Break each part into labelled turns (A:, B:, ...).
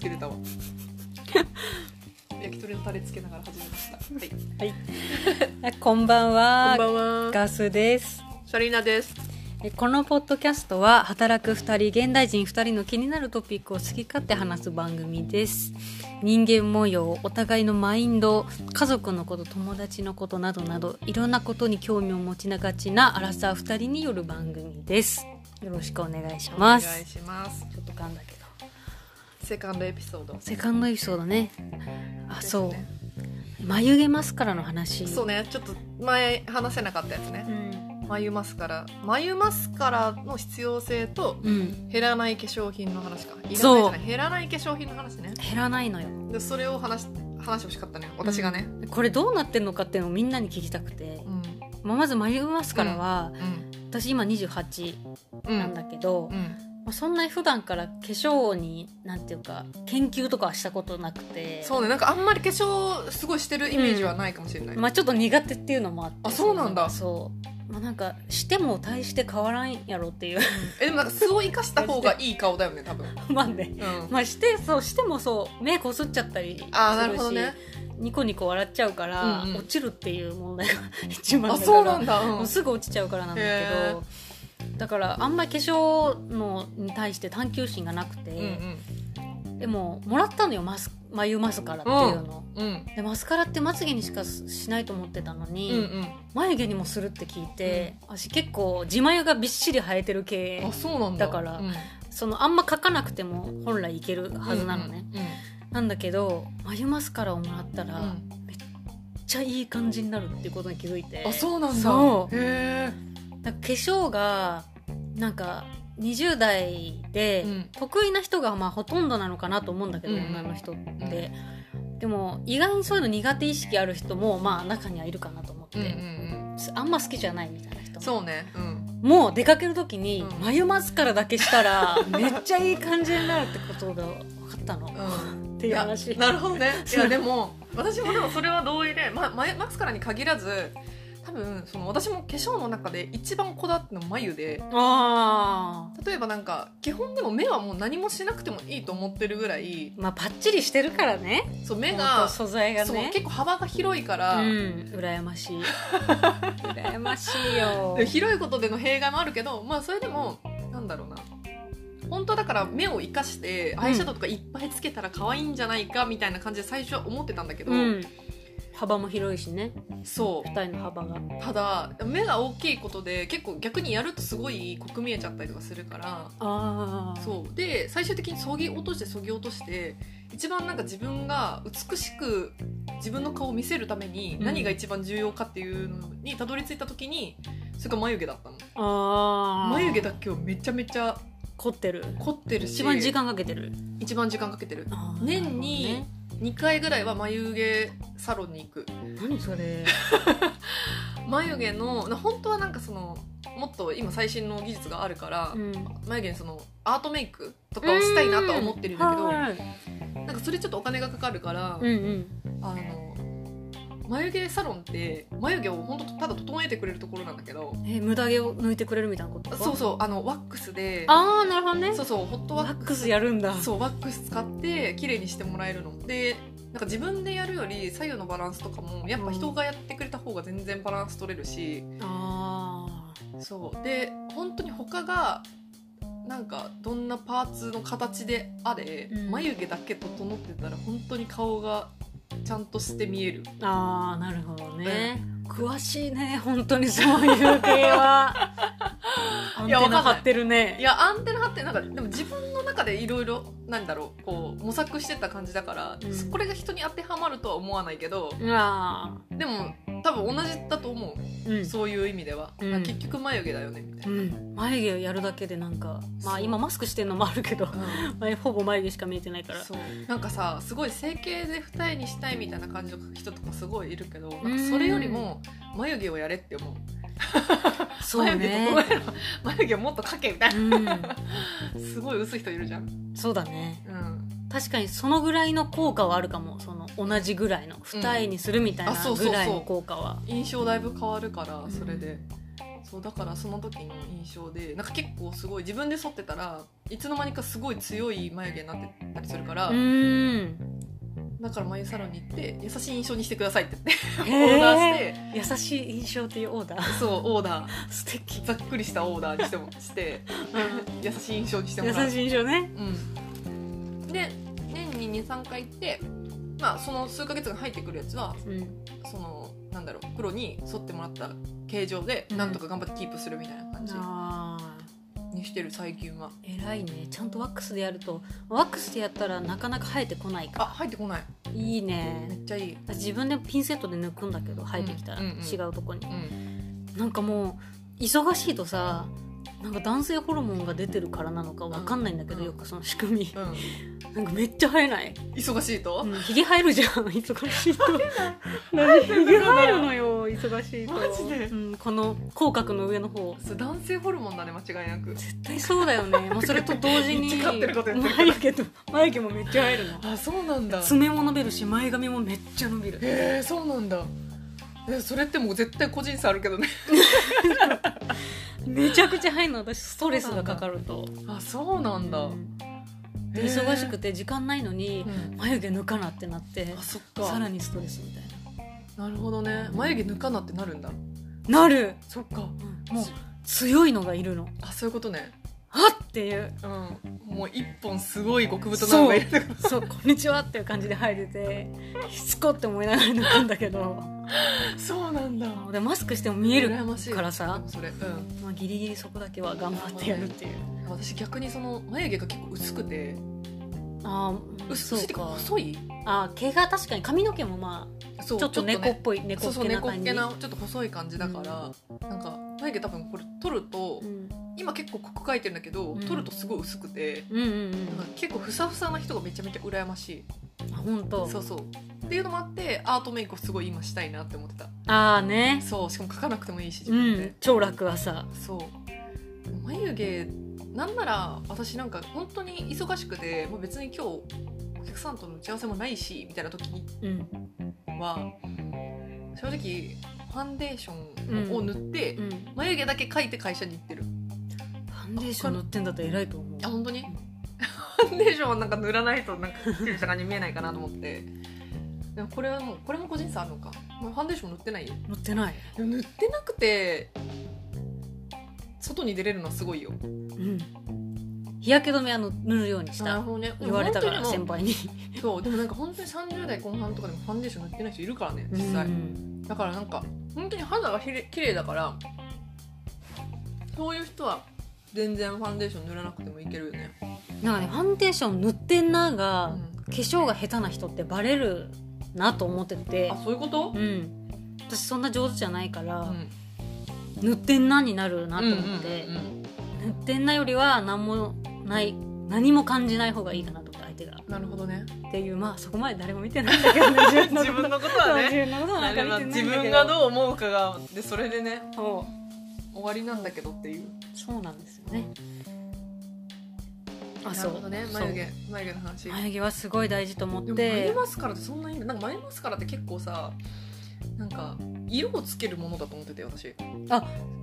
A: けるた わ焼き鳥のタレつけながら始めましたはい
B: あこんばんは
A: こんばんは
B: ガスです
A: シャリーナです
B: えこのポッドキャストは働く二人現代人二人の気になるトピックを好き勝手話す番組です人間模様お互いのマインド家族のこと友達のことなどなどいろんなことに興味を持ちながちなアラサー二人による番組ですよろしくお願いしま
A: お願い
B: す
A: します
B: ちょっと噛んだけど
A: セカンドエピソード
B: セカンドエピソードねあ
A: です
B: そう、
A: ね
B: 眉毛マスカラの話
A: そうねちょっと前話せなかったやつ
B: う
A: ね、
B: ん
A: 眉マスカラ眉マスカラの必要性と
B: うん
A: 減らない化粧品の話かいらないじ
B: そう
A: ゃない減らない化粧品の話ね
B: 減らないのよ
A: でそれを話し話してほしかったね私がね
B: これどうなってんのかっていうのをみんなに聞きたくて、
A: うん
B: まあ、まず眉毛マスカラは、
A: うん
B: 私今28
A: うん
B: なんだけど、
A: う
B: ま
A: ん
B: あ、そんなに普段から化粧になんていうか研究とかはしたことなくて
A: そうねなんかあんまり化粧すごいしてるイメージはないかもしれない、
B: まあ、ちょっと苦手っていうのもあって
A: あそうなんだ
B: そう、まあ、なんかしても大して変わらんやろっていう
A: えでもなんか素を生かした方がいい顔だよね多分、うん、
B: まあねまあしてそうしてもそう目こすっちゃったりするし
A: ああなるほどね
B: ニコニコ笑っちゃうから、
A: うんうん
B: 落ちるっていう問題が 一番
A: あ
B: だから
A: そうなんだ、うん
B: もうすぐ落ちちゃうからなんだけどだからあんまり化粧のに対して探求心がなくて、
A: うん
B: でももらったのよマス眉マスカラっていうの、
A: うんうん
B: でマスカラってまつげにしかしないと思ってたの
A: う
B: に、
A: ん
B: 眉毛にもするって聞いて、私結構自眉がびっしり生えてる系
A: うんあそうなんだ
B: だから
A: うん
B: そのあんま描かなくても本来いけるはずなのね、
A: うんうん
B: なんだけど眉マスカラをもらったら、
A: うん
B: めっちゃいい感じになるっていうことに気づいて
A: あそうなんだ
B: そう
A: へえ
B: だから化粧がなんか20代で
A: うん
B: 得意な人がまあほとんどなのかなと思うんだけど、
A: うん
B: 女の人って、でも意外にそういうの苦手意識ある人もまあ中にはいるかなと思って、
A: うんうんうん
B: あんま好きじゃないみたいな人も
A: そうねうん
B: もう出かける時に
A: うん
B: 眉マスカラだけした らめっちゃいい感じになるってことが分かったの、
A: うん
B: っていう話
A: いやなるほどねいやでも私もでもそれは同意で、ま、まマスカラに限らず多分その私も化粧の中で一番こだわってるの眉で
B: ああ
A: 例えばなんか基本でも目はもう何もしなくてもいいと思ってるぐらい
B: まあパッチリしてるからね
A: そう目
B: ほん
A: が
B: と素材が
A: そう
B: ね
A: 結構幅が広いから、
B: うん羨ましい羨ましいよ
A: で広いことでの弊害もあるけどまあそれでもなんだろうな本当だから目を生かしてアイシャドウとかいっぱいつけたら可愛いんじゃないかみたいな感じで最初は思ってたんだけど、
B: うん、幅も広いしね
A: そう
B: 二人の幅が
A: ただ目が大きいことで結構逆にやるとすごい濃く見えちゃったりとかするから
B: あう
A: そうで最終的にそぎ落としてそぎ落として一番なんか自分が美しく自分の顔を見せるために
B: うん
A: 何が一番重要かっていうのにたどり着いた時にそれが眉毛だったの
B: あー
A: 眉毛だけをめちゃめちゃ
B: 凝ってる
A: 凝ってるし
B: 一番時間かけてる
A: 一番時間かけてる
B: あー
A: 年に2回ぐらいは眉毛サロンに行く
B: なるほどね何それ
A: 眉毛のな本当はなんかそのもっと今最新の技術があるから、
B: ん
A: 眉毛にそのアートメイクとかをしたいなとは思ってるんだけど、
B: はい
A: なんかそれちょっとお金がかかるから、
B: うんうん
A: あの眉毛サロンって眉毛を本当ただ整えてくれるところなんだけど
B: え無駄毛を抜いてくれるみたいなこと
A: そう
B: う
A: そうあのワックスで
B: ああなるほどね
A: そうそうホット
B: ワ
A: ワッ
B: ッ
A: ク
B: クスやるんだ
A: スそうワックス使って綺麗にしてもらえるのでなんか自分でやるより左右のバランスとかもやっぱ人がやってくれた方が全然バランス取れるし、
B: あ
A: そうで本当に他がなんかどんなパーツの形であれ、
B: うん
A: 眉毛だけ整ってたら本当に顔がちゃんとして見える
B: ーあーなるほどね、詳しいね本当にそういう系は アン
A: い
B: テ
A: やわかんな
B: ナ
A: い
B: 張ってるね
A: いやアンテナ張ってなんかでも自分の中でいろいろなんだろうこう模索してた感じだから、
B: うん
A: これが人に当てはまるとは思わないけど
B: うわ
A: でも多分同じだと思
B: ーう
A: う、
B: ん
A: そういう意味では、
B: うん
A: まあ結局眉毛だよねみた
B: う
A: いな、
B: ん、眉毛をやるだけでなんかま
A: そ
B: あ
A: う
B: 今マスクしてるのもあるけど
A: うん
B: 前ほぼ眉毛しか見えてないから
A: そうなんかさすごい整形で二重にしたいみたいな感じの人とかすごいいるけどなんかそれよりも眉毛をやれって思う
B: そう
A: 眉 毛整えろ 眉毛もっと描けみたいなすごい薄い人いるじゃん、
B: うん、そうだね
A: うん、
B: 確かにそのぐらいの効果はあるかもその同じぐらいの二重にするみたいな
A: あそうそうそう
B: ぐらいの効果は、
A: 印象だいぶ変わるからそれで、そうだからその時の印象でなんか結構すごい自分で剃ってたらいつの間にかすごい強い眉毛になってたりするから、
B: うーん
A: だから眉サロンに行って優しい印象にしてくださいって言って
B: へー
A: オーダーして
B: 優しい印象っていうオーダー
A: そうオーダー
B: 素敵
A: ざっくりしたオーダーにしてもして優しい印象にしてもらう
B: 優しい印象ね
A: うん、で年に23回行ってまあその数ヶ月が入ってくるやつは
B: うん
A: そのなんだろう黒に沿ってもらった形状で
B: うん
A: なんとか頑張ってキープするみたいな感じ
B: あー
A: にしてる最近は
B: 偉いねちゃんとワックスでやるとワックスでやったらなかなか生えてこない
A: あ
B: か
A: 入ってこない
B: いい
A: め
B: ね
A: っちゃいい、
B: 自分でピンセットで抜くんだけど生えてきたら
A: うんうんうん
B: 違うとこに
A: うん、
B: なんかもう忙しいとさなんか男性ホルモンが出てるからなのかわかんないんだけど
A: うん
B: よくその仕組み
A: うん、
B: なんかめっちゃ生えない
A: 忙しいと、
B: うんひげ生えるじゃん忙しいと何ひげ生えるのよ忙しいと
A: マジで
B: うん、この口角の上の方
A: そう男性ホルモンだね間違いなく
B: 絶対そうだよねもうそれと同時に
A: めっちゃ勝手なことやってる
B: 眉毛と眉毛もめっちゃ生えるの
A: あそうなんだ
B: 爪も伸びるし前髪もめっちゃ伸びる
A: へえそうなんだえそれってもう絶対個人差あるけどね
B: めちゃくちゃ入るの私ストレスがかかると
A: あそうなんだ、
B: うんで
A: へえ
B: 忙しくて時間ないのに
A: うん
B: 眉毛抜かなってなって
A: あそっか
B: さらにストレスみたい
A: なるほどね眉毛抜かなってなるんだ
B: ななる
A: そっか
B: もう強いのがいるの
A: あそういうことね
B: あっっていう
A: うんもう一本すごい極太なのがいる
B: そうこんにちはっていう感じで入れてしつこって思いながら抜くんだけど
A: そうなんだ
B: でマスクしても見える
A: 羨ましい
B: からさ、
A: それうん
B: まあ、ギリギリそこだけは頑張ってやるっていう
A: 私逆にその眉毛が結構薄くて
B: ああ
A: 薄
B: そ
A: く
B: う
A: て
B: か
A: 細い
B: あ毛が確かに髪の毛もまあ
A: そう
B: ちょっと猫っ
A: ね
B: ぽい猫
A: そう
B: っ
A: そう
B: けな
A: 猫
B: 感
A: っ
B: じ
A: けなちょっと細い感じだからなんか眉毛多分これ取ると
B: うん
A: 今結構濃く描いてるんだけど
B: うん
A: 取るとすごい薄くて
B: うんうん
A: なんか結構ふさふさな人がめちゃめちゃ羨ましい
B: うんあ本当
A: そうそうっていうのもあってアートメイクをすごい今したいなって思ってた
B: ああね
A: そうしかも描かなくてもいいし自
B: う
A: 分で、
B: ん超楽はさ
A: そう眉毛なんなら私なんか本当に忙しくてもう別に今日お客さんとの打ち合わせもないしみたいな時
B: うん
A: は正直ファンデーションを塗って、
B: うんフ
A: 眉毛だけ描いて会社に行ってる
B: ァンデーション塗ってんだったら偉いと思う
A: あ本当に ファンデーションはなんか塗らないとなんかキレた感じに見えないかなと思ってでもこれはもうこれも個人差あるのかもうファンデーション塗ってないよ
B: 塗ってない
A: でも塗ってなくて外に出れるのはすごいよ
B: うん日焼け止めあの塗るようにした
A: ほどね
B: 言われたから
A: 本当に
B: 先
A: でも
B: 輩に
A: そうでもなんか本当に30代後半とかでもファンデーション塗ってない人いるからね実際、
B: うん
A: だからなんか本当に肌がひれ綺麗だからそういう人は全然ファンデーション塗らなくてもいけるよね、
B: なんかねファンデーション塗ってんな
A: う
B: が
A: ん
B: 化粧が下手な人ってバレるなと思ってて
A: あそういうこと
B: う、ん私そんな上手じゃないか
A: う
B: ら
A: ん
B: 塗ってんなになるなと思って、
A: うんうんうん
B: 塗ってんなよりは何もない何も感じない方がいいかなと思って相手が
A: なるほどね
B: っていうまあそこまで誰も見てないんだ けどね
A: 自分のこと
B: そう
A: は
B: 自
A: ね
B: 分のことはなんか見てないん
A: 自
B: だけど
A: 分がどう思うかがでそれでね
B: そう
A: 終わりなんだけどっていう
B: そうなんですよねあ
A: な
B: そ
A: る
B: う
A: ほどね
B: そう
A: 眉毛眉毛の話
B: 眉毛はすごい大事と思っ
A: でも眉
B: て
A: マスカラってそんなになんか眉マスカラって結構さなんか色をつけるものだと思ってて私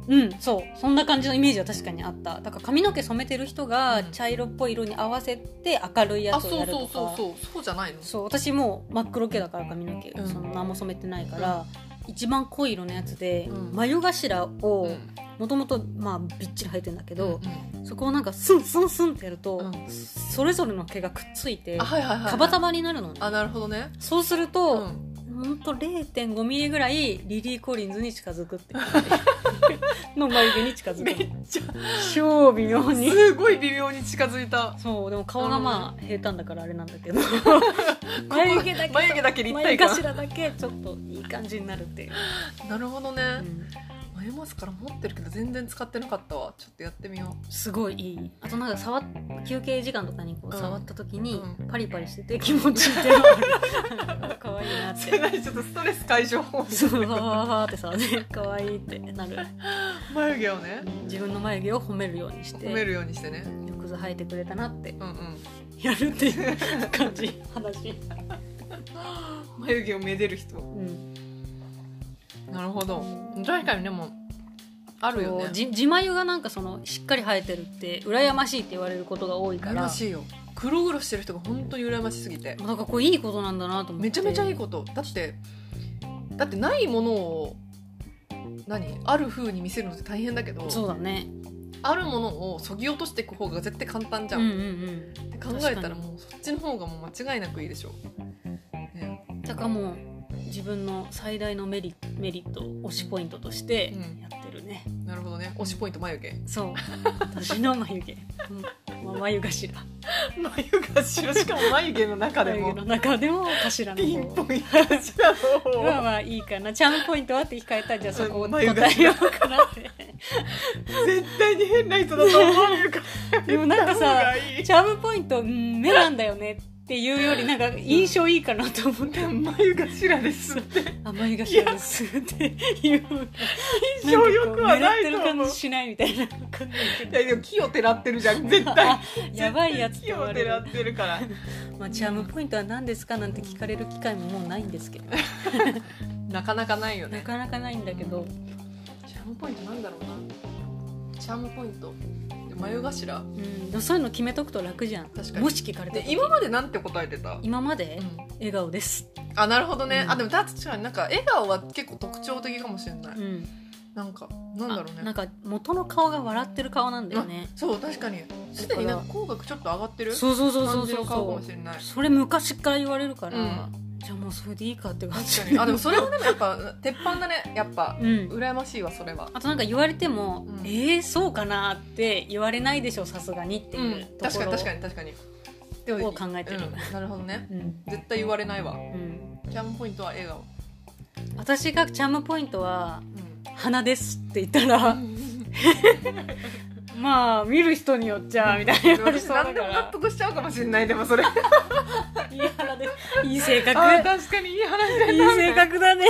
B: うんそうそんな感じのイメージは確かにあっただから髪の毛染めてる人が
A: うん
B: 茶色っぽい色に合わせて明るいや
A: あ
B: つ
A: そ
B: をや
A: う
B: ると
A: そう
B: か
A: そうそうそうじゃないの
B: そう私もう真っ黒系だから髪の毛、
A: うん
B: その何も染めてないから、一番濃い色のやつで、
A: うん
B: 眉頭
A: う
B: を
A: ん
B: もともとまあびっちり生えてんだけど
A: う、ん
B: そこをなんかスンスンスンってやると、
A: うん
B: それぞれの毛がくっついて
A: あはいはいはいはい
B: かばたばになるのね
A: あなるほどね
B: そうする
A: う
B: と、
A: ん
B: ほんと0.5ミリぐらいリリー・コリンズに近づくっていう感じの眉毛に近 づ
A: め
B: く
A: っち ゃ
B: 超微妙に
A: すごい微妙に近づいた
B: そうでも顔がまあ平坦だからあれなんだ けど
A: ここ
B: 眉毛だけ
A: 眉毛だけ立
B: 眉
A: 体感
B: 頭だけちょっといい感じになるっていう、
A: なるほどね、眉マスカラ持ってるけど全然使ってなかったわちょっとやってみよ
B: すごいいいあとなんか触っ休憩時間とかにこう
A: うん
B: 触った時に
A: う
B: パリパリしてて気持ちいいっていうのがあ る可愛いなっ
A: う
B: て
A: ちょっとストレス解消法
B: そうファファファって触って可愛いってなる
A: 眉毛をね
B: 自分の眉毛を褒めるようにして
A: 褒めるようにしてね
B: よくぞ生えてくれたなって
A: うんうん
B: やるっていう感じ話
A: 眉毛をめでる人
B: うん
A: なるほど確かにでもあるよ
B: そう
A: ね
B: じ自眉がなんかそのしっかり生えてるって羨ましいって言われることが多いか
A: 羨
B: ら
A: ましいよ黒黒してる人が本当に羨ましすぎて
B: なんかこれいいことなんだなと思って
A: めちゃめちゃいい
B: こ
A: ことだってだってないものを何ある風に見せるのって大変だけど
B: そうだね
A: あるものをそぎ落としていく方が絶対簡単じゃ
B: うん
A: ん、
B: う
A: っ
B: ん
A: て考えたらもうそっちの方がもう間違いなくいいでしょね
B: うんだからもう自分の最大のメリメリット推しポイントとして
A: うん
B: やってるね、
A: なるほどね推しポイント眉毛
B: そう 私の眉毛、うんまあ、眉頭
A: 眉頭しかも眉毛の中
B: 眉毛の中でも頭の方
A: イント
B: まあまあいいかなチャームポイントはって控えたじゃあそこを
A: うん
B: 答
A: 眉頭
B: えようかなって
A: 絶対に変な人だと思われるか
B: でもなん かさ
A: い
B: チャームポイントうん目なんだよねっていうよりなんか印象いいかなと思って
A: 眉頭ですって
B: あ眉頭ですっていう
A: 印象良くはないと
B: なんか
A: 思
B: こう狙ってる
A: う
B: 感じしないみたいなわかんないけ
A: い
B: ど
A: やでも木をてらってるじ ゃん絶対
B: やばいやつっ
A: 木
B: て言わ
A: を
B: れ
A: てら
B: る
A: っ、てるから
B: まあ、チャームポイントは何ですかなんて聞かれる機会ももうないんですけど
A: なかなか ないよ
B: な
A: ね
B: かなかないんだけど
A: チャームポイントなんだろうなチャームポイント眉頭
B: うんでもそういうの決めとくと楽じゃん
A: 確かに
B: もし聞かれて
A: で今までなんて答えてた、
B: 今まで
A: うん
B: 笑顔です、
A: あなるほどね、
B: うん
A: あでも確かになんか笑顔は結構特徴的かもしれない、
B: うん、
A: なんかなんだろう
B: あな
A: ね
B: んか元の顔が笑ってる顔なんだよね
A: そう確かにすでになんか口角ちょっと上がってる
B: そうそうそうそ
A: 感
B: う
A: じ
B: そ
A: の
B: う
A: 顔か
B: そ
A: もしれない
B: れ昔から言われるから、
A: うん
B: じゃあもうそれでいいかって感じ
A: 確かにあでもそれはでもやっぱ鉄板だねやっぱ
B: うん
A: 羨ましいわそれは
B: あとなんか言われても、
A: うん
B: えー、そうかなって言われないでしょさすがにって
A: う
B: いうんと
A: 確
B: こ
A: かに
B: ろ
A: 確かに確かにで
B: を考えてる
A: うんなるほどね
B: うん
A: 絶対言われないわ
B: うん
A: キャンポイントは笑顔
B: 私がチャームポイントは
A: うん
B: 「鼻です」って言ったら、まあ見る人によっちゃみたいな言われ
A: 私
B: そうだ
A: 何で
B: か
A: も納
B: ら
A: 得しちゃうかもしれないでもそれあ
B: いい鼻でいい性格
A: ー確かにいい話だ
B: いい
A: な
B: 性格だね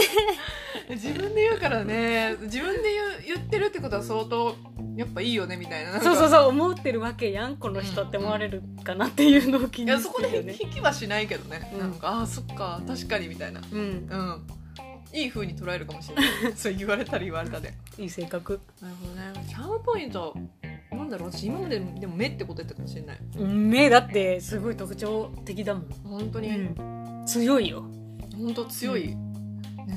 A: 自分で言うからね自分で言う言ってるってことは相当やっぱいいよねみたいななんか
B: そうそうそう思ってるわけやんこの人って思われるかなっていうのを気
A: い
B: に
A: や
B: し
A: そこ
B: てるよ
A: で
B: ね。
A: 引きはしないけどね、
B: うん
A: なんかあーそっか確かにみたいな
B: うん、
A: うんいい風に捉えるかもしれない そう言われたら言われたで
B: いい性格。
A: なるほどねキャームポイントなんだろう私今まででも目ってことやったかもしれない
B: 目だってすごい特徴的だもん。
A: 本当に、
B: うん、強いよ。
A: 本当強い、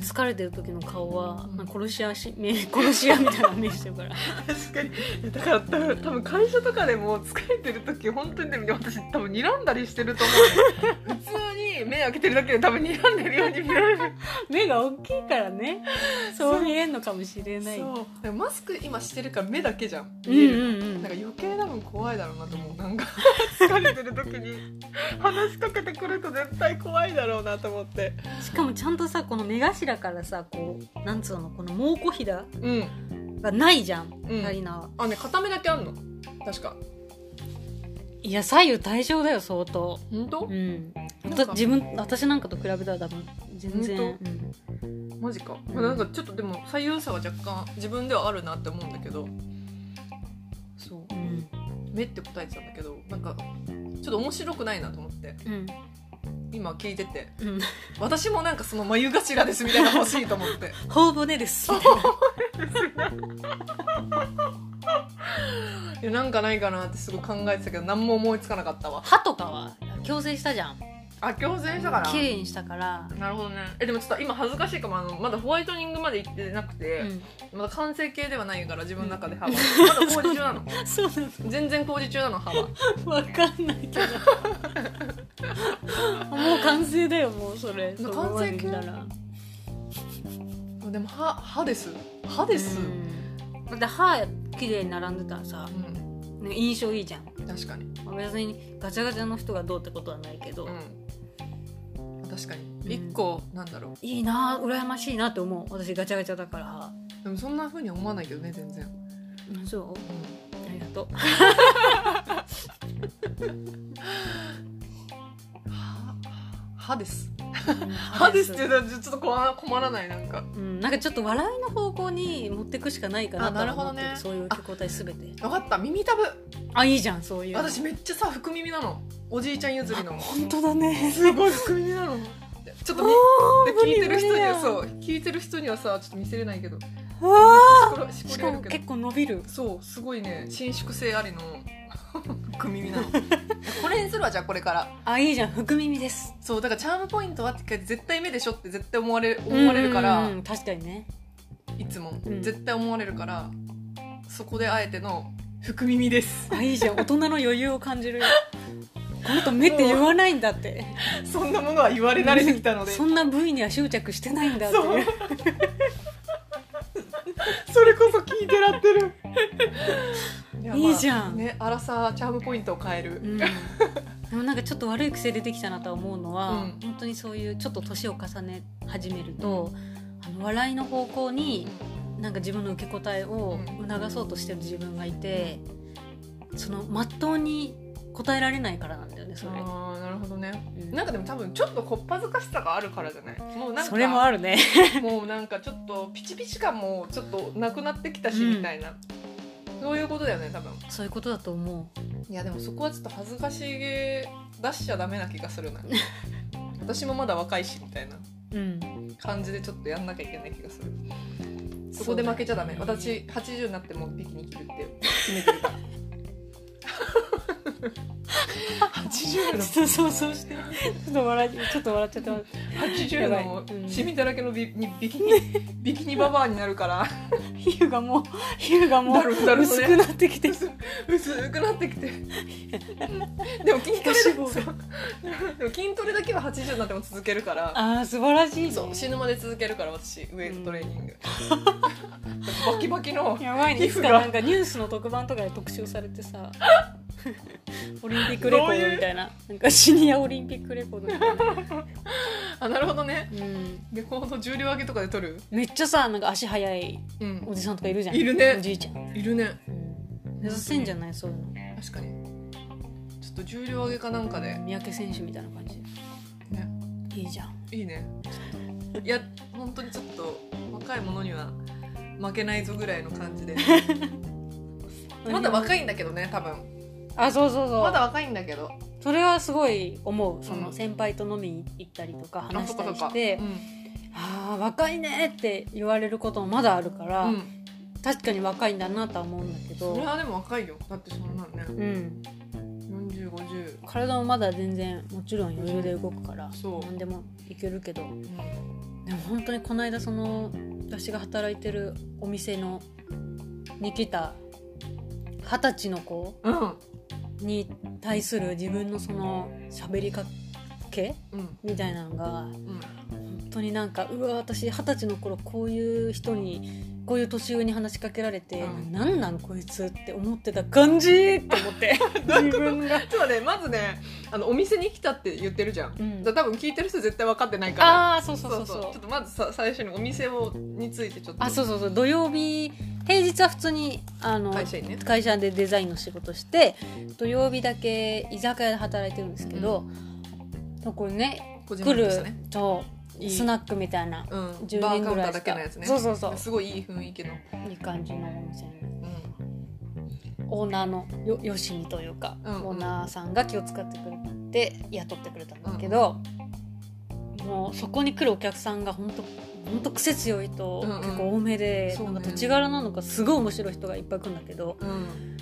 B: 疲れてる時の顔は
A: うん
B: なんか殺し屋し目殺し屋みたいな目してるから。
A: 確かにだから多分多分会社とかでも疲れてる時本当にでも私多分睨んだりしてると思 う普通に目開けてるだけで多分睨んでるように見られる
B: 目が大きいからね。そう見えんのかもしれない。う
A: そうでもマスク今してるから目だけじゃん
B: んうんうん。
A: なんか余計多分怖いだろうなと思うなんか 疲れてる時に話しかけてくると絶対怖いだろうなと思って
B: しかもちゃんとさこの目頭からさこうなんつうのこの毛根ひだ
A: うん
B: がないじゃん。
A: うん
B: 足りな。
A: あね片目だけあんの確か
B: いや左右対称だよ相当。
A: 本当、
B: うん、
A: なん
B: 私
A: か
B: 自分私なんかと比べたら多分全然、
A: 本
B: うん
A: マジか、まあ、なんかちょっとでも左右差は若干自分ではあるなって思うんだけどそう
B: うん
A: 目って答えてたんだけどなんかちょっと面白くないなと思って
B: うん
A: 今聞いてて
B: うん、
A: 私もなんかその眉頭ですみたいなの欲しいと思って
B: 頬骨です
A: いやなんかないかなってすごい考えてたけど何も思いつかなかったわ
B: 歯とかは矯正したじゃん
A: あ強制したから
B: 綺麗にしたから、
A: なるほどねえでもちょっと今恥ずかしいかもあのまだホワイトニングまで行ってなくて、
B: う
A: まだ完成形ではないから自分の中 で歯はまだ工事中なの
B: ん、そうな
A: 全然工事中なの歯は
B: のわかんない けどもう完成だよもうそれ
A: もう完成形
B: そのまま見たら
A: でも歯歯です歯です、
B: うんだって歯綺麗に並んでたらさ、
A: うん
B: ね印象いいじゃん
A: 確かに
B: 別にガチャガチャの人がどうってことはないけど、
A: うん確か
B: うん
A: に一個、なんだろ
B: いいな羨ましいなって思う私ガチャガチャだから歯
A: うでもそんな風には思わないけどね全然、
B: そう
A: う
B: ありがとう。
A: ん、歯歯です歯
B: 歯
A: ですって言ったらちょっと困困らないなんか
B: うん、なんかちょっと笑いの方向に持ってくしかないかな
A: あ
B: とは
A: な
B: 思
A: るほど
B: って
A: ね
B: る、そういう受け答えすべて
A: 分かった耳たぶ
B: あいいじゃんそういう
A: 私めっちゃさ福耳なのおじいちゃん譲りの
B: 本当だね
A: すごい福耳なのちょっとみで聞いてる人にはそう聞いてる人にはさちょっと見せれないけど
B: あ
A: ころしこ
B: し
A: り
B: か
A: ある
B: も
A: けど
B: 結構伸びる
A: そうすごいね伸縮性ありの 組耳 なのこれにするわじゃあこれから
B: あいいじゃん福耳です
A: そうだからチャームポイントはって聞かれて絶対目でしょって絶対思われ思われるか
B: うん
A: ら
B: うんうん確かにね
A: いつも、
B: うん
A: 絶対思われるからそこであえての「福耳です
B: あいいじゃん大人の余裕を感 じるよこの人目って言わないんだって」
A: そんなものは言われ慣れてきたので
B: そ
A: そ
B: んな部位には執着してないんだって
A: そう
B: いう
A: れこ そ聞いてらって るい
B: いいじゃん
A: まあね荒さチャームポイントを変える、
B: うんでもなんかちょっと悪い癖出てきたなとは思うのは、
A: うん
B: 本当にそういうちょっと年を重ね始めると、あの笑いの方向になんか自分の受け答えを促そうとしてる自分がいて、そのまっとうに答えられないからなんだよねそれ。
A: ああなるほどね
B: うん
A: なんかでも多分ちょっとこっぱずかしさがあるからじゃないもうなんか
B: それもあるね。
A: もうなんかちょっとピチピチ感もちょっとなくなってきたし、
B: うん
A: みたいな そういうことだよね多分
B: そういうことだと思う。
A: いやでもそこはちょっと恥ずかしげ出しちゃダメな気がする な私もまだ若いしみたいな
B: うん。
A: 感じでちょっとやんなきゃいけない気がするそこで負けちゃダメ私80になってもビキニ着るって 決めてるから80の
B: そうそうそうして。ちょっと笑っちょっと笑っちゃってます。
A: 80
B: や
A: の
B: ばいうん
A: シミだらけのビビキニビキニババアになるから
B: 皮膚がもう皮膚がも
A: だるだ
B: う
A: る
B: 薄くなってきて。
A: 薄薄くなってきてでも筋トレだ
B: 皮下脂肪が
A: そうでも筋トレだけは80になっても続けるから
B: ああ素晴らしいね。
A: そう死ぬまで続けるから私ウエイトトレーニング、バキバキの
B: やばいね
A: 皮
B: いつ
A: 膚
B: か
A: が
B: なんかニュースの特番とかで特集されて さオリンピックレコードみたいななんかシニアオリンピックレコードみたいな、
A: あなるほどね
B: うん、
A: レコード重量上げとかで撮る
B: めっちゃさなんか足速い
A: うん
B: おじさんとかいるじゃん
A: いるね
B: おじいちゃん、
A: いるね
B: うん、目指せんじゃないそういうの
A: 確かにちょっと重量上げかなんかで、
B: 三宅選手みたいな感じ
A: ね、
B: いいじゃん
A: いいねちょっといや本当にちょっと若い者には負けないぞぐらいの感 じでまだ若
B: い
A: いんだけどね多分
B: あそうそうそう
A: まだ若いんだけど
B: それはすごい思うそうの
A: ん
B: 先輩と飲みに行ったりとか
A: あ
B: 話
A: そ
B: し
A: っか
B: た
A: そ
B: り
A: っか
B: して「ああー若いね」って言われることもまだあるから、
A: うんうん
B: 確かに若いんだなとは思うんだけど
A: それはでも若いよだってそんなんね
B: うん、
A: 4050
B: 体もまだ全然もちろん余裕で動くから
A: そう
B: 何でもいけるけどで
A: う
B: も本当にこの間その私が働いてるお店のに来た二十歳の子
A: んうん
B: に対する自分のその喋りかけ
A: うん
B: みたいなのが
A: うん
B: 本当になんかうわ私二十歳の頃こういう人にこういう年上に話しかけられて、
A: うん
B: 何なんこいつって思ってた感じって思って
A: どういう
B: 自
A: こと
B: 分が。
A: そうねまずねあのお店に来たって言ってるじゃん、
B: うん
A: だから多分聞いてる人絶対分かってないから
B: ああそうそうそうそう
A: ちょっとまずさ最初にお店をについてちょっと
B: あそうそうそう土曜日平日は普通にあの
A: 会社にね
B: 会社でデザインの仕事して土曜日だけ居酒屋で働いてるんですけど、そこにね
A: 個人
B: 来る
A: でしたね
B: そう
A: いい
B: スナックみたいな
A: うん、
B: 10
A: バー
B: 人
A: カウ
B: ぐ
A: ンター
B: らいし
A: だ
B: か
A: けのやつね
B: そうそうそう
A: すごいいい雰囲気の、
B: いい感じのお店
A: う
B: のオーナーのよよしみというか、
A: うんうん
B: オーナーさんが気を使ってくれて雇ってくれたんだけど、もうそこに来るお客さんが本当本当癖強いと
A: うんうん
B: 結構多めで、
A: そうね
B: なんか土地柄なのかすごい面白い人がいっぱい来るんだけど、
A: ん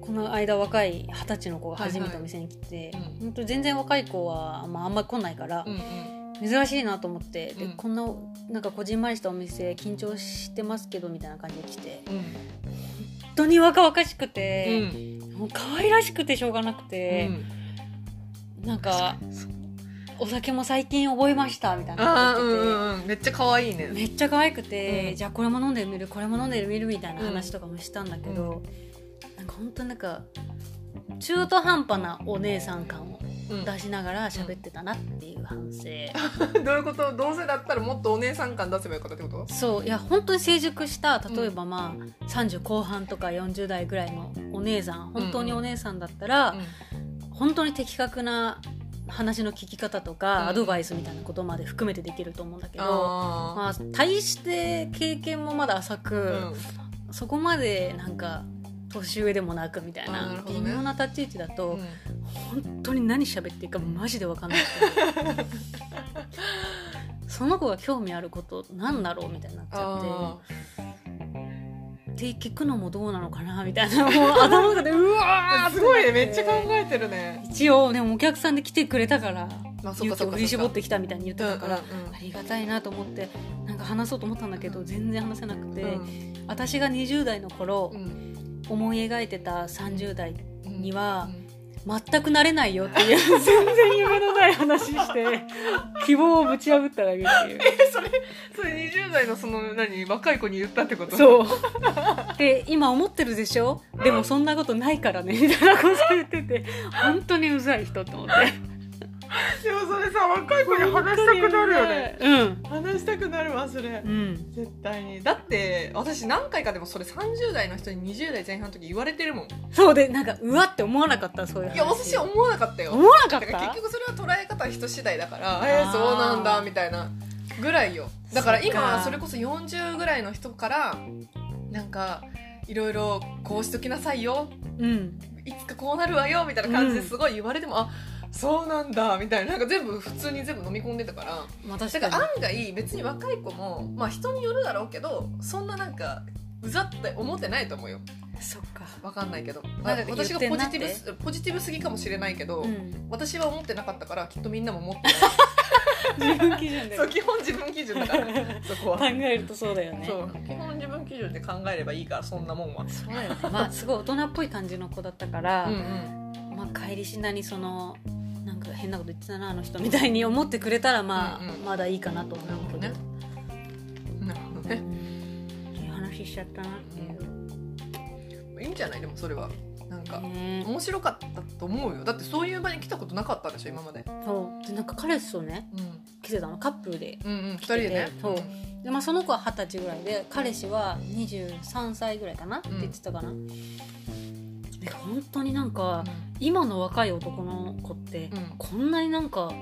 B: この間若い二十歳の子が初め
A: はい
B: て
A: はい
B: お店に来て、
A: うん
B: 本当全然若い子は、まあ、あんまり来ないから
A: うんう、ん
B: 珍しいなと思って、で
A: うん
B: こんななんかこじんまりしたお店緊張してますけどみたいな感じで来て
A: うん
B: 本当に若々しく
A: う
B: て、
A: ん
B: もう可愛らしくてしょうがなくて、なんかお酒も最近覚えましたみたいな
A: あ
B: こ
A: ーうんうん
B: と言ってて。
A: うんめっちゃ可愛いね
B: めっちゃ可愛くて、
A: うん
B: じゃあこれも飲んでみるこれも飲んでみるみたいな話とかもしたんだけど、なんか本当になんか中途半端なお姉さん感を
A: うん、
B: 出しながら喋ってたなっていう反省、
A: どういうことどうせだったらもっとお姉さん感出せばよかったってこと
B: そういや本当に成熟した例えばまあ30後半とか40代ぐらいのお姉さん本当にお姉さんだったら、本当に的確な話の聞き方とか、
A: うん
B: アドバイスみたいなことまで含めてできると思うんだけど。
A: あ
B: まあ、対して経験もまだ浅く、
A: ーうん
B: そこまでなんか年上でもなくみたい
A: あーな
B: な
A: るほど
B: 微
A: ね
B: 妙な立ち位置だ
A: う
B: と、
A: ん
B: 本当に何喋っていいかマジで分か んないその子が興味あることなんだろうみたいになっちゃっ
A: あ
B: てって聞くのもどうなのかなみたいなもう頭の中でうわー
A: あ
B: ってなって
A: すごいねめっちゃ考えてるね
B: 一応でもお客さんで来てくれたから
A: まあそっ
B: 勇
A: か
B: 気
A: そっ
B: を
A: か
B: 振り
A: そ
B: 絞
A: っ
B: っ
A: か
B: てきたみたいに言ってたから、
A: うんうんうん
B: ありがたいなと思ってなんか話そうと思ったんだけど全然話せなくて、
A: うん
B: 私が20代の頃、
A: うん
B: 思い描いてた30代
A: うん
B: には
A: うん
B: 全くなれないよっていう 全然夢のない話して希望をぶち破っただけっ ていう
A: それ20代のその何若い子に言ったってこと
B: そうで今思ってるでしょでもそんなことないからねみたいなこと言ってて本当にうざい人って思 って
A: でもそれさ若い子に話したくなるよね
B: うん
A: 話したくなるわそれ
B: うん
A: 絶対にだって私何回かでもそれ30代の人に20代前半の時言われてるもんい
B: そうでなんかうわって思わなかったそういう話
A: や私思わなかったよ
B: 思わなかっ
A: だから
B: た
A: 結局それは捉え方人次第だからえー、そうなんだみたいなぐらいよだから
B: そっ
A: 今
B: か
A: それこそ40ぐらいの人からなんかいろいろこうしときなさいよ
B: うん
A: いつかこうなるわよみたいな感じで
B: うん
A: すごい言われても、あそうなんだみたいななんか全部普通に全部飲み込んでたから
B: まあ確
A: だ
B: か
A: か
B: に
A: ら案外別に若い子もまあ人によるだろうけどそんななんかうざって思ってないと思うよ
B: そっか
A: わかんないけど
B: あ
A: なんか私が
B: 言って
A: ポ
B: んな
A: ジ
B: っ
A: テ
B: て
A: ィブすポジティブすぎかもしれないけど、
B: うん
A: 私は思ってなかったからきっとみんなも思って
B: 自分 基準で
A: そう基本自分基準だから そこは
B: 考えるとそうだよね
A: そう基本自分基準で考えればいいからそんなもんは
B: そうだよねまあすごい大人っぽい感じの子だったから、
A: うん
B: まあ、帰りしなにそのなんか変なこと言ってたなあの人みたいに思ってくれたらまあ、
A: うんうん
B: まだいいかなと思うけど
A: なるうんなるほどね
B: いい話しちゃったなっていう、
A: いいんじゃないでもそれはなんか
B: ね
A: 面白かったと思うよだってそういう場に来たことなかったでしょ今まで、
B: そうでなんか彼氏とね
A: う
B: 来てたのカップルで
A: ん、うんうん2人でね
B: そうで、まあ、その子は二十歳ぐらいで彼氏は23歳ぐらいかなって言ってたかな、え本当になんか、今の若い男の子って、
A: うん
B: こんなになんか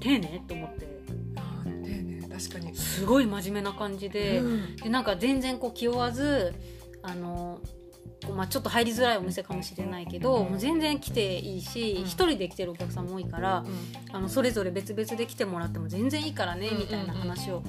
B: 丁寧って思って
A: うん、でね確かに、
B: すごい真面目な感じで。
A: うん
B: でなんか全然こう気負わずあのこうまあ、ちょっと入りづらいお店かもしれないけど、もう全然来ていいし
A: うん
B: 一、人で来てるお客さんも多いからあのそれぞれ別々で来てもらっても全然いいからね、
A: うんうんうん
B: みたいな話を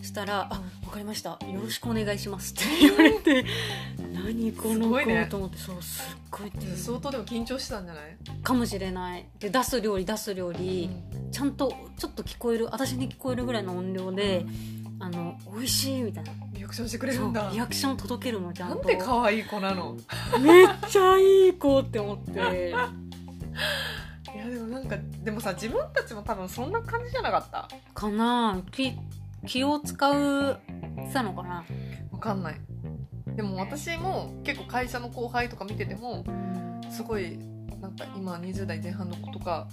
B: したら「あわかりましたよろしくお願いします」って言われ て「何こ
A: す
B: の
A: ごいね
B: 子」と思って、そうすっご
A: う
B: い
A: ん
B: 丁
A: 相当でも緊張してたんじゃない、
B: 寧かもしれないで出す料理出す料理、ちゃんとちょっと聞こえる私に聞こえるぐらいの音量で「あの美味しい」みたいな
A: リアクションしてくれる
B: そ
A: ん
B: う
A: だ
B: リアクション届けるのちゃ
A: なんん
B: と
A: て可愛い子なの
B: めっちゃいい子って 思って
A: いやでもなんかでもさ自分たちも多分そんな感じじゃなかった
B: かな気気を使うしたのかな
A: わかんないでも私も結構会社の後輩とか見ててもすごいなんか今20代前半の子とか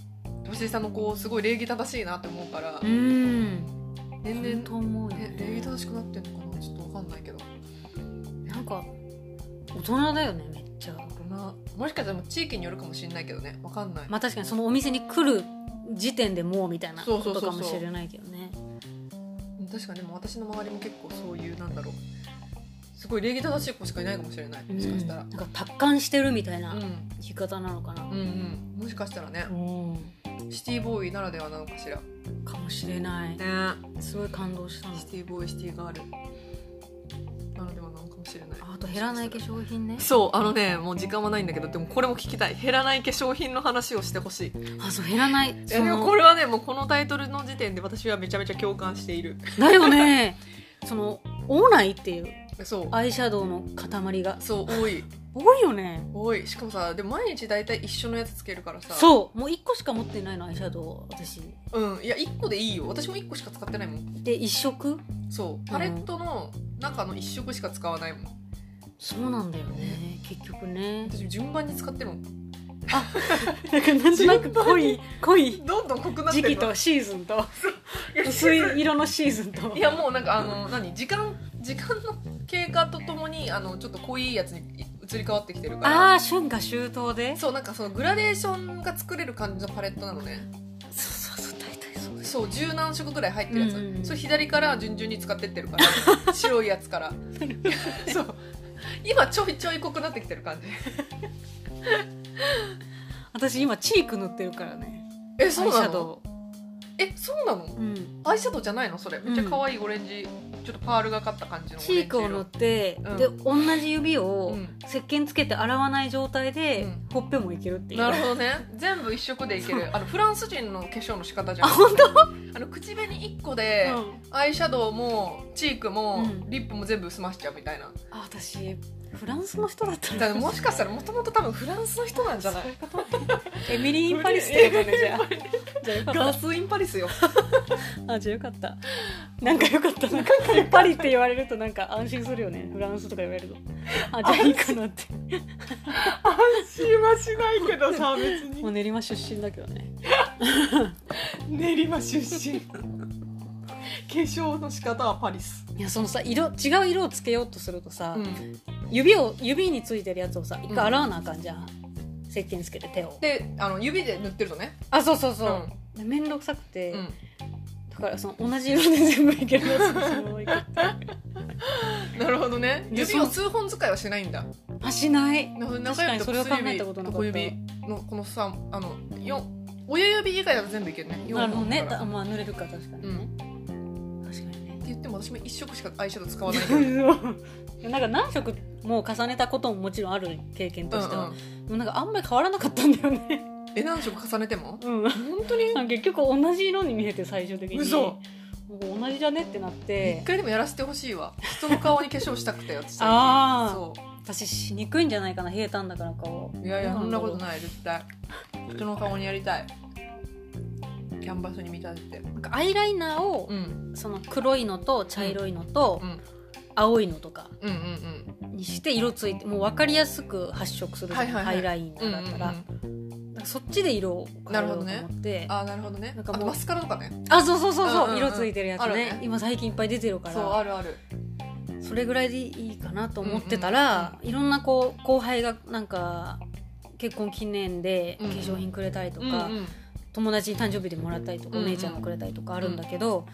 A: 年下の子すごい礼儀正しいなって思うから
B: うん
A: 年
B: 本当
A: 々
B: 思うよ
A: え礼儀
B: ね
A: 正しくなってんのかなちょっとわかんないけど
B: なんか大人だよねめっちゃ
A: なもしかしたら地域によるかもしれないけどねわかんない、
B: まあ確かにそのお店に来る時点でもうみたいな
A: そ
B: こ
A: うそうそ
B: と
A: うそう
B: かもしれないけどね
A: 確かにでも私の周りも結構そういうなんだろうすごい礼儀正しい子しかいないかもしれないもしかしたら
B: うんなんか達観してるみたいな
A: うん
B: 言い方なのかな
A: うんうんもしかしたらね
B: うん
A: シティボーイならではなのかしら
B: かもしれない
A: ね
B: すごい感動したの
A: シティボーイシティガールならではなのかもしれない
B: ああと減らない化粧品ね
A: そうあのねもう時間はないんだけどでもこれも聞きたい減らない化粧品の話をしてほしい
B: あそう減らない
A: で
B: そ
A: も
B: の
A: これはねもうこのタイトルの時点で私はめちゃめちゃ共感して いる
B: だよねその多ないっていう
A: そう
B: アイシャドウの塊が
A: そう多い
B: 多いよね
A: 多いしかもさでも毎日大体一緒のやつつけるからさ
B: そうもう1個しか持ってないのアイシャドウ私
A: ううんいや1個でいいよ私も1個しか使ってないもん
B: で1色
A: そうパレットの中の1色しか使わないもん
B: そうなんだよね結局ね
A: 私順番に使ってるもん
B: なんかなん
A: となく濃い
B: 濃い
A: どんどん濃くなって
B: 時
A: る
B: 期
A: の
B: とシーズンと
A: いや
B: 薄い色のシーズンと
A: いやもうなんかあの何時間時間の経過とともにあのちょっと濃いやつに移り変わってきてるから
B: ああ春夏秋冬で
A: そうなんかそのグラデーションが作れる感じのパレットなのね
B: そうそうそう大体そうです
A: そう十何色ぐらい入ってるやつ、
B: うんうんうん
A: それ左から順々に使ってってるから 白いやつからそう今ちょいちょい濃くなってきてる感じ
B: 私今チーク塗ってるからね
A: え
B: アイシ
A: そうな
B: ャ
A: の
B: ド
A: えそうなの
B: ウうん
A: アイシャドウじゃないのそれめっちゃ可愛いオレンジちょっとパールがかった感じの
B: チークを塗って、
A: うん
B: で同じ指を
A: うん
B: 石鹸つけて洗わない状態で、
A: うん
B: ほっぺもいけるっていう
A: なるほどね全部一色でいけ
B: そう
A: るあのフランス人の化粧の仕方じゃん
B: あ本
A: あの口紅1個で、
B: うん
A: アイシャドウもチークも、
B: うん
A: リップも全部済ましちゃうみたいな
B: あ私フランスの人だったん
A: だからもしかしたらもともと多分フランスの人なんじゃない
B: そういうことエミリー・イン・パリスってことねじゃあ じゃあよかった
A: ガスインパリスよ
B: あじゃあよかったなんかよかったなんかパリって言われるとなんか安心するよねフランスとか言われるとあじゃあいいかなって
A: 安心はしないけど さ別
B: もう練馬出身だけどね
A: 練馬出身化粧の仕方はパリス、
B: いやそのさ色違う色をつけようとするとさ、
A: うん、
B: 指を指についてるやつをさ一回洗わなあかんじゃん、石鹸つけて手を
A: であの指で塗ってるとね
B: あそうそうそう、で面倒くさくて、
A: うん
B: だからその同じ色で全部いけるやつをその ままいける
A: なるほどね
B: で
A: 指を数本使いはしないんだ
B: あしない
A: 確
B: 確かにそれは考えたことなか
A: 小
B: った
A: 指のこのさあのよ親指以外だと全部いけるね四
B: なるほどね
A: 本だ
B: だ
A: から
B: まあ濡れるか確かにね、確かにね
A: って言っても私も一色しかアイシャドウ使 わないけど
B: そうなんか何色も重ねたことももちろんある経験として
A: うん
B: は
A: う、ん
B: でもなんかあんまり変わらなかったんだよね、
A: え何色重ねても
B: うん、
A: 本当に
B: なんか結局同じ色に見えて最終的に
A: 嘘
B: なんか同じじゃねってなっ
A: 一
B: て
A: 回でもやらせてほしいわ人の顔に化粧したくて私最近
B: あー
A: そ
B: 私しにくいんじゃないかな冷えたんだから顔
A: ういやいや
B: ど
A: そ
B: うんな
A: なん
B: だろ
A: こ
B: う
A: とない絶対人の顔にやりたいキャンバスに見立てて
B: なんかアイライナーを
A: うん
B: その黒いのと茶色いのと
A: うん
B: 青いのとか
A: うんうん
B: にして色ついてもう分かりやすく発色するじゃん
A: はいはいはい
B: アイライナ
A: うんう
B: ー
A: んうん
B: だったら、なんかそっちで色を変えようと
A: なる
B: 思
A: ほ
B: って、
A: あーなるほどね
B: なんか
A: あ
B: もう
A: とマスカラとかね
B: あそうそうそうそう,、
A: うんうんうん
B: 色ついてるやつ
A: あ
B: ね
A: るね
B: 今最近いっぱい出てるか
A: そう
B: ら
A: あるある
B: それぐらいでいいかなと思ってたら、いろんなこう後輩がなんか結婚記念で化
A: うんうん
B: 粧品くれたりと
A: と
B: か、友達に誕生日でもらったりとか、
A: うんうん
B: お姉ちゃんがくれたりとかあるんだけど、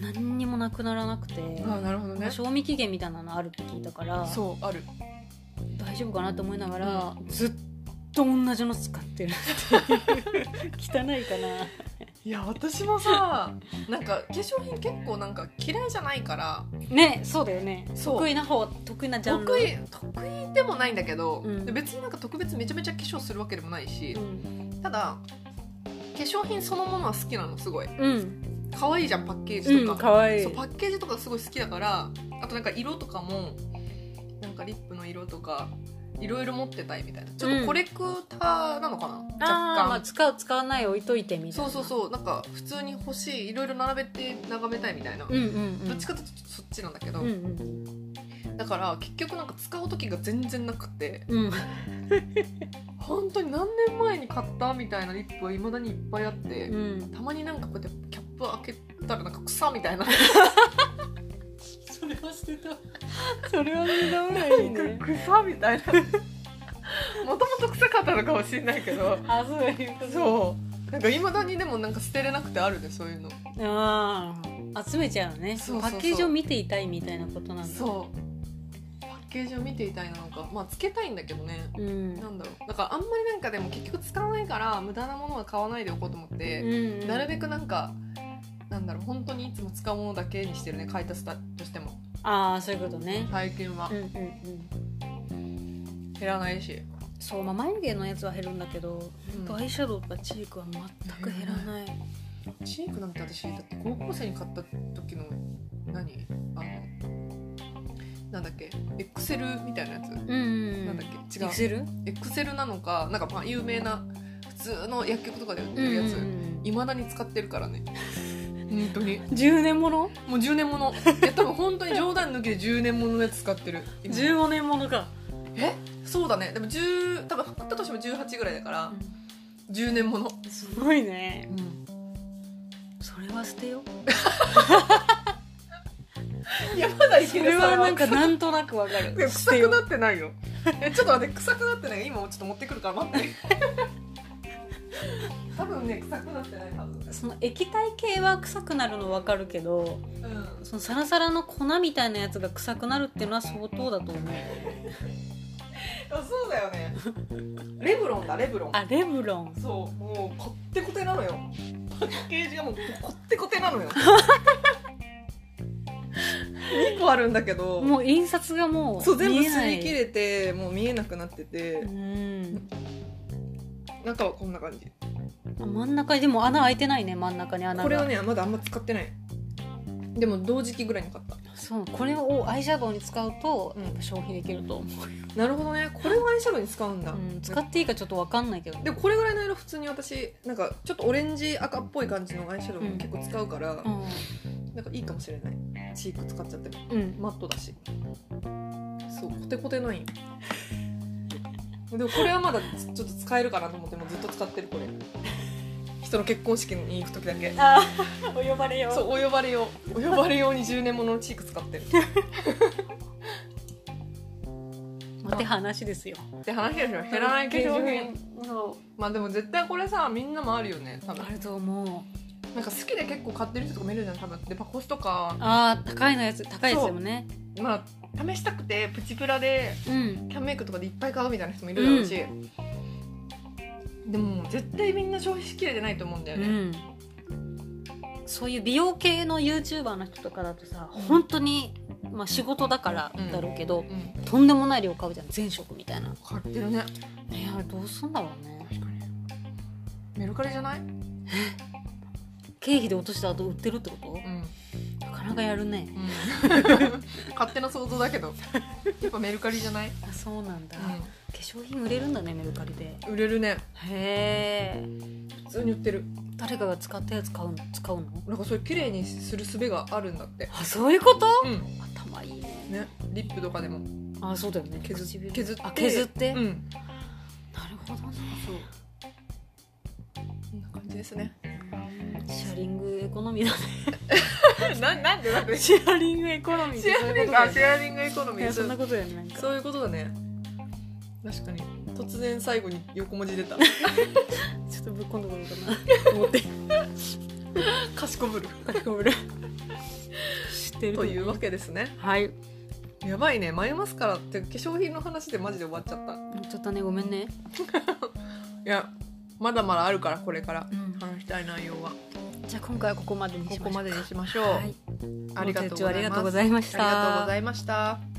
B: 何にもなくならなくて、
A: あーなるほどね
B: 賞味期限みたいなのあるって聞いたから
A: そうある
B: 大丈夫かなと思いながら、ずっと同じの使ってるっていう 汚いかない
A: や私もさなんか化粧品結構なんか嫌いじゃないから
B: ねそうだよね
A: そう
B: 得意な方得意なジャンル
A: 得意得意でもないんだけど、
B: うん
A: 別になんか特別めちゃめちゃ化粧するわけでもないし
B: う、ん、
A: ただ化粧品そのものは好きなのすごい
B: うん
A: 可愛いじゃんパッケージ
B: う
A: と
B: ん、
A: か、
B: かわいい
A: そうパッケージとかすごい好きだからあとなんか色とかもなんかリップの色とかいろいろ持ってたいみたいなちょっとコレクターなのかな、若
B: あー
A: 干、
B: まあ、使う使わない置いといてみたい
A: そう
B: な
A: そうそうなんか普通に欲しいいろいろ並べて眺めたいみたいな、
B: うんうんうん
A: どっちかというとそっちなんだけど、
B: うんうん
A: だから結局なんか使う時が全然なくて
B: うん
A: 本当に何年前に買ったみたいなリップはいまだにいっぱいあって、
B: うん
A: たまになんかこうやってキャップ開けたらなんか草みたいな
B: それは捨てたそれは捨てた方がいい ね
A: 草みたいなもともと臭かったのかもしれないけど
B: あそういうこと
A: そうなんかいまだにでもなんか捨てれなくてあるねそういうの
B: ああ集めちゃうね
A: そうそうそう
B: パッケージを見ていたいみたいなことなんだ
A: そうパッケージを見ていたいなのかまあつけたいんだけどね
B: う、ん
A: なんだろうだからあんまりなんかでも結局使わないから無駄なものは買わないでおこうと思って、
B: うん、
A: なるべ
B: く
A: くなんかなんだろう本当にいつも使うものだけにしてるね買い足したとしても
B: ああそういうことね
A: 最近は
B: うんうんうん
A: 減らないし、
B: そう、まあ、眉毛のやつは減るんだけど、
A: うん
B: アイシャドウとかチークは全く減らない、
A: チークなんて私だって高校生に買った時の何あのなんだっけエクセルみたいなやつ、
B: うんうんうん
A: なんだっけ違
B: エクセル
A: うエクセルなのかなんかまあ有名な普通の薬局とかで売ってるやつ
B: うんうん
A: いま、未だに使ってるからね本当に
B: うん、10年もの
A: もう10年ものいや多分本当に冗談抜きで10年もののやつ使ってる今
B: 15年ものか、
A: えそうだねでも10多分買ったとしても18ぐらいだから10年もの、
B: すごいねそれは捨てよう
A: いやまだい
B: そ
A: ける
B: れはなんか
A: それは
B: なんとなくわかる
A: で も臭くなってないよえちょっと待って臭くなってない今もちょっと持ってくるから待って多分ね臭くなってないはず
B: その液体系は臭くなるのわかるけど
A: うん
B: そのサラサラの粉みたいなやつが臭くなるっていうのは相当だと思う
A: あそうだよねレブロンだレブロン
B: あレブロン
A: そうもうこってこてなのよパッケージがもうこってこてなのよ2個あるんだけど
B: もう印刷がもう
A: そう全部
B: 見えな
A: 擦
B: い
A: り切れてもう見えなくなってて
B: うん
A: 中はこんな感じ
B: あ真ん中にでも穴開いてないね真ん中に穴が
A: これをねまだあんま使ってないでも同時期ぐらいに買った
B: そうこれをアイシャドウに使うと、
A: うん
B: やっぱ消費できると思う、
A: なるほどねこれをアイシャドウに使うんだ、
B: うん使っていいかちょっとわかんないけど
A: でもこれぐらいの色普通に私なんかちょっとオレンジ赤っぽい感じのアイシャドウも結構使うから、
B: うん
A: なんかいいかもしれないチーク使っちゃっても
B: うん
A: マットだしそうコテコテないよでもこれはまだちょっと使えるかなと思ってもうずっと使ってるこれ人の結婚式に行く時だけ
B: あお呼ばれよ
A: そうお呼ばれ用お呼ばれ用に10年もののチーク使ってる
B: うって話ですよ
A: って話ですよ減らない化粧品
B: そ
A: まあでも絶対これさみんなもあるよね多
B: う
A: 分
B: あると思う
A: なんか好きで結構買ってる人とか見るじゃん多分でパコスとか
B: あー高いのやつ高いやつでもね
A: まあ試したくてプチプラで
B: うん
A: キャンメイクとかでいっぱい買うみたいな人もいるだろうし、でも絶対みんな消費しきれてないと思うんだよ
B: う
A: ね、
B: んそういう美容系の YouTuber の人とかだとさ本当にまあ仕事だからだろうけど、
A: うん、
B: とんでもない量買うじゃん全色みたいな
A: 買ってるね
B: ねあれどうすんだろうね
A: 確かにメルカリじゃない、うん
B: 経費で落とした後売ってるってこと なかなかやるね
A: うん、勝手な想像だけどやっぱメルカリじゃない、
B: あそうなんだ、化粧品売れるんだねメルカリでへ
A: うん、売れるね
B: え
A: 普通に売ってる
B: 誰かが使ったやつ買うの使うの
A: なんかそれ綺麗にする術があるんだって
B: あそういうこと
A: うん
B: 頭いいね
A: ねリップとかでも
B: あそうだよね
A: 削
B: 唇
A: 削って
B: あ削って、
A: う
B: なる
A: ん
B: ほどね
A: そうこんな感じですね
B: シェアリングエコノミーだ ね
A: ななんで なんで
B: シェアリングエコノミー
A: シェアリングあシェアリングエコノミ
B: い
A: ー
B: やそんなことだよねなんか
A: そういうことだね確かに突然最後に横文字出 た
B: ちょっとぶっ込んでこようかな 思って
A: かしこぶる
B: ごめん知ってる
A: というわけですね
B: はい
A: やばいね眉マスカラって化粧品の話でマジで終わっちゃった
B: ちょっとねごめんね
A: いやまだまだあるからこれから
B: うん
A: 話したい内容は
B: じゃあ今回はここまでにしまし
A: こ
B: ょう
A: こまでにしましょう、
B: はい
A: ありがとうござい
B: ご清聴あり
A: ます
B: がとうございました
A: ありがとうございました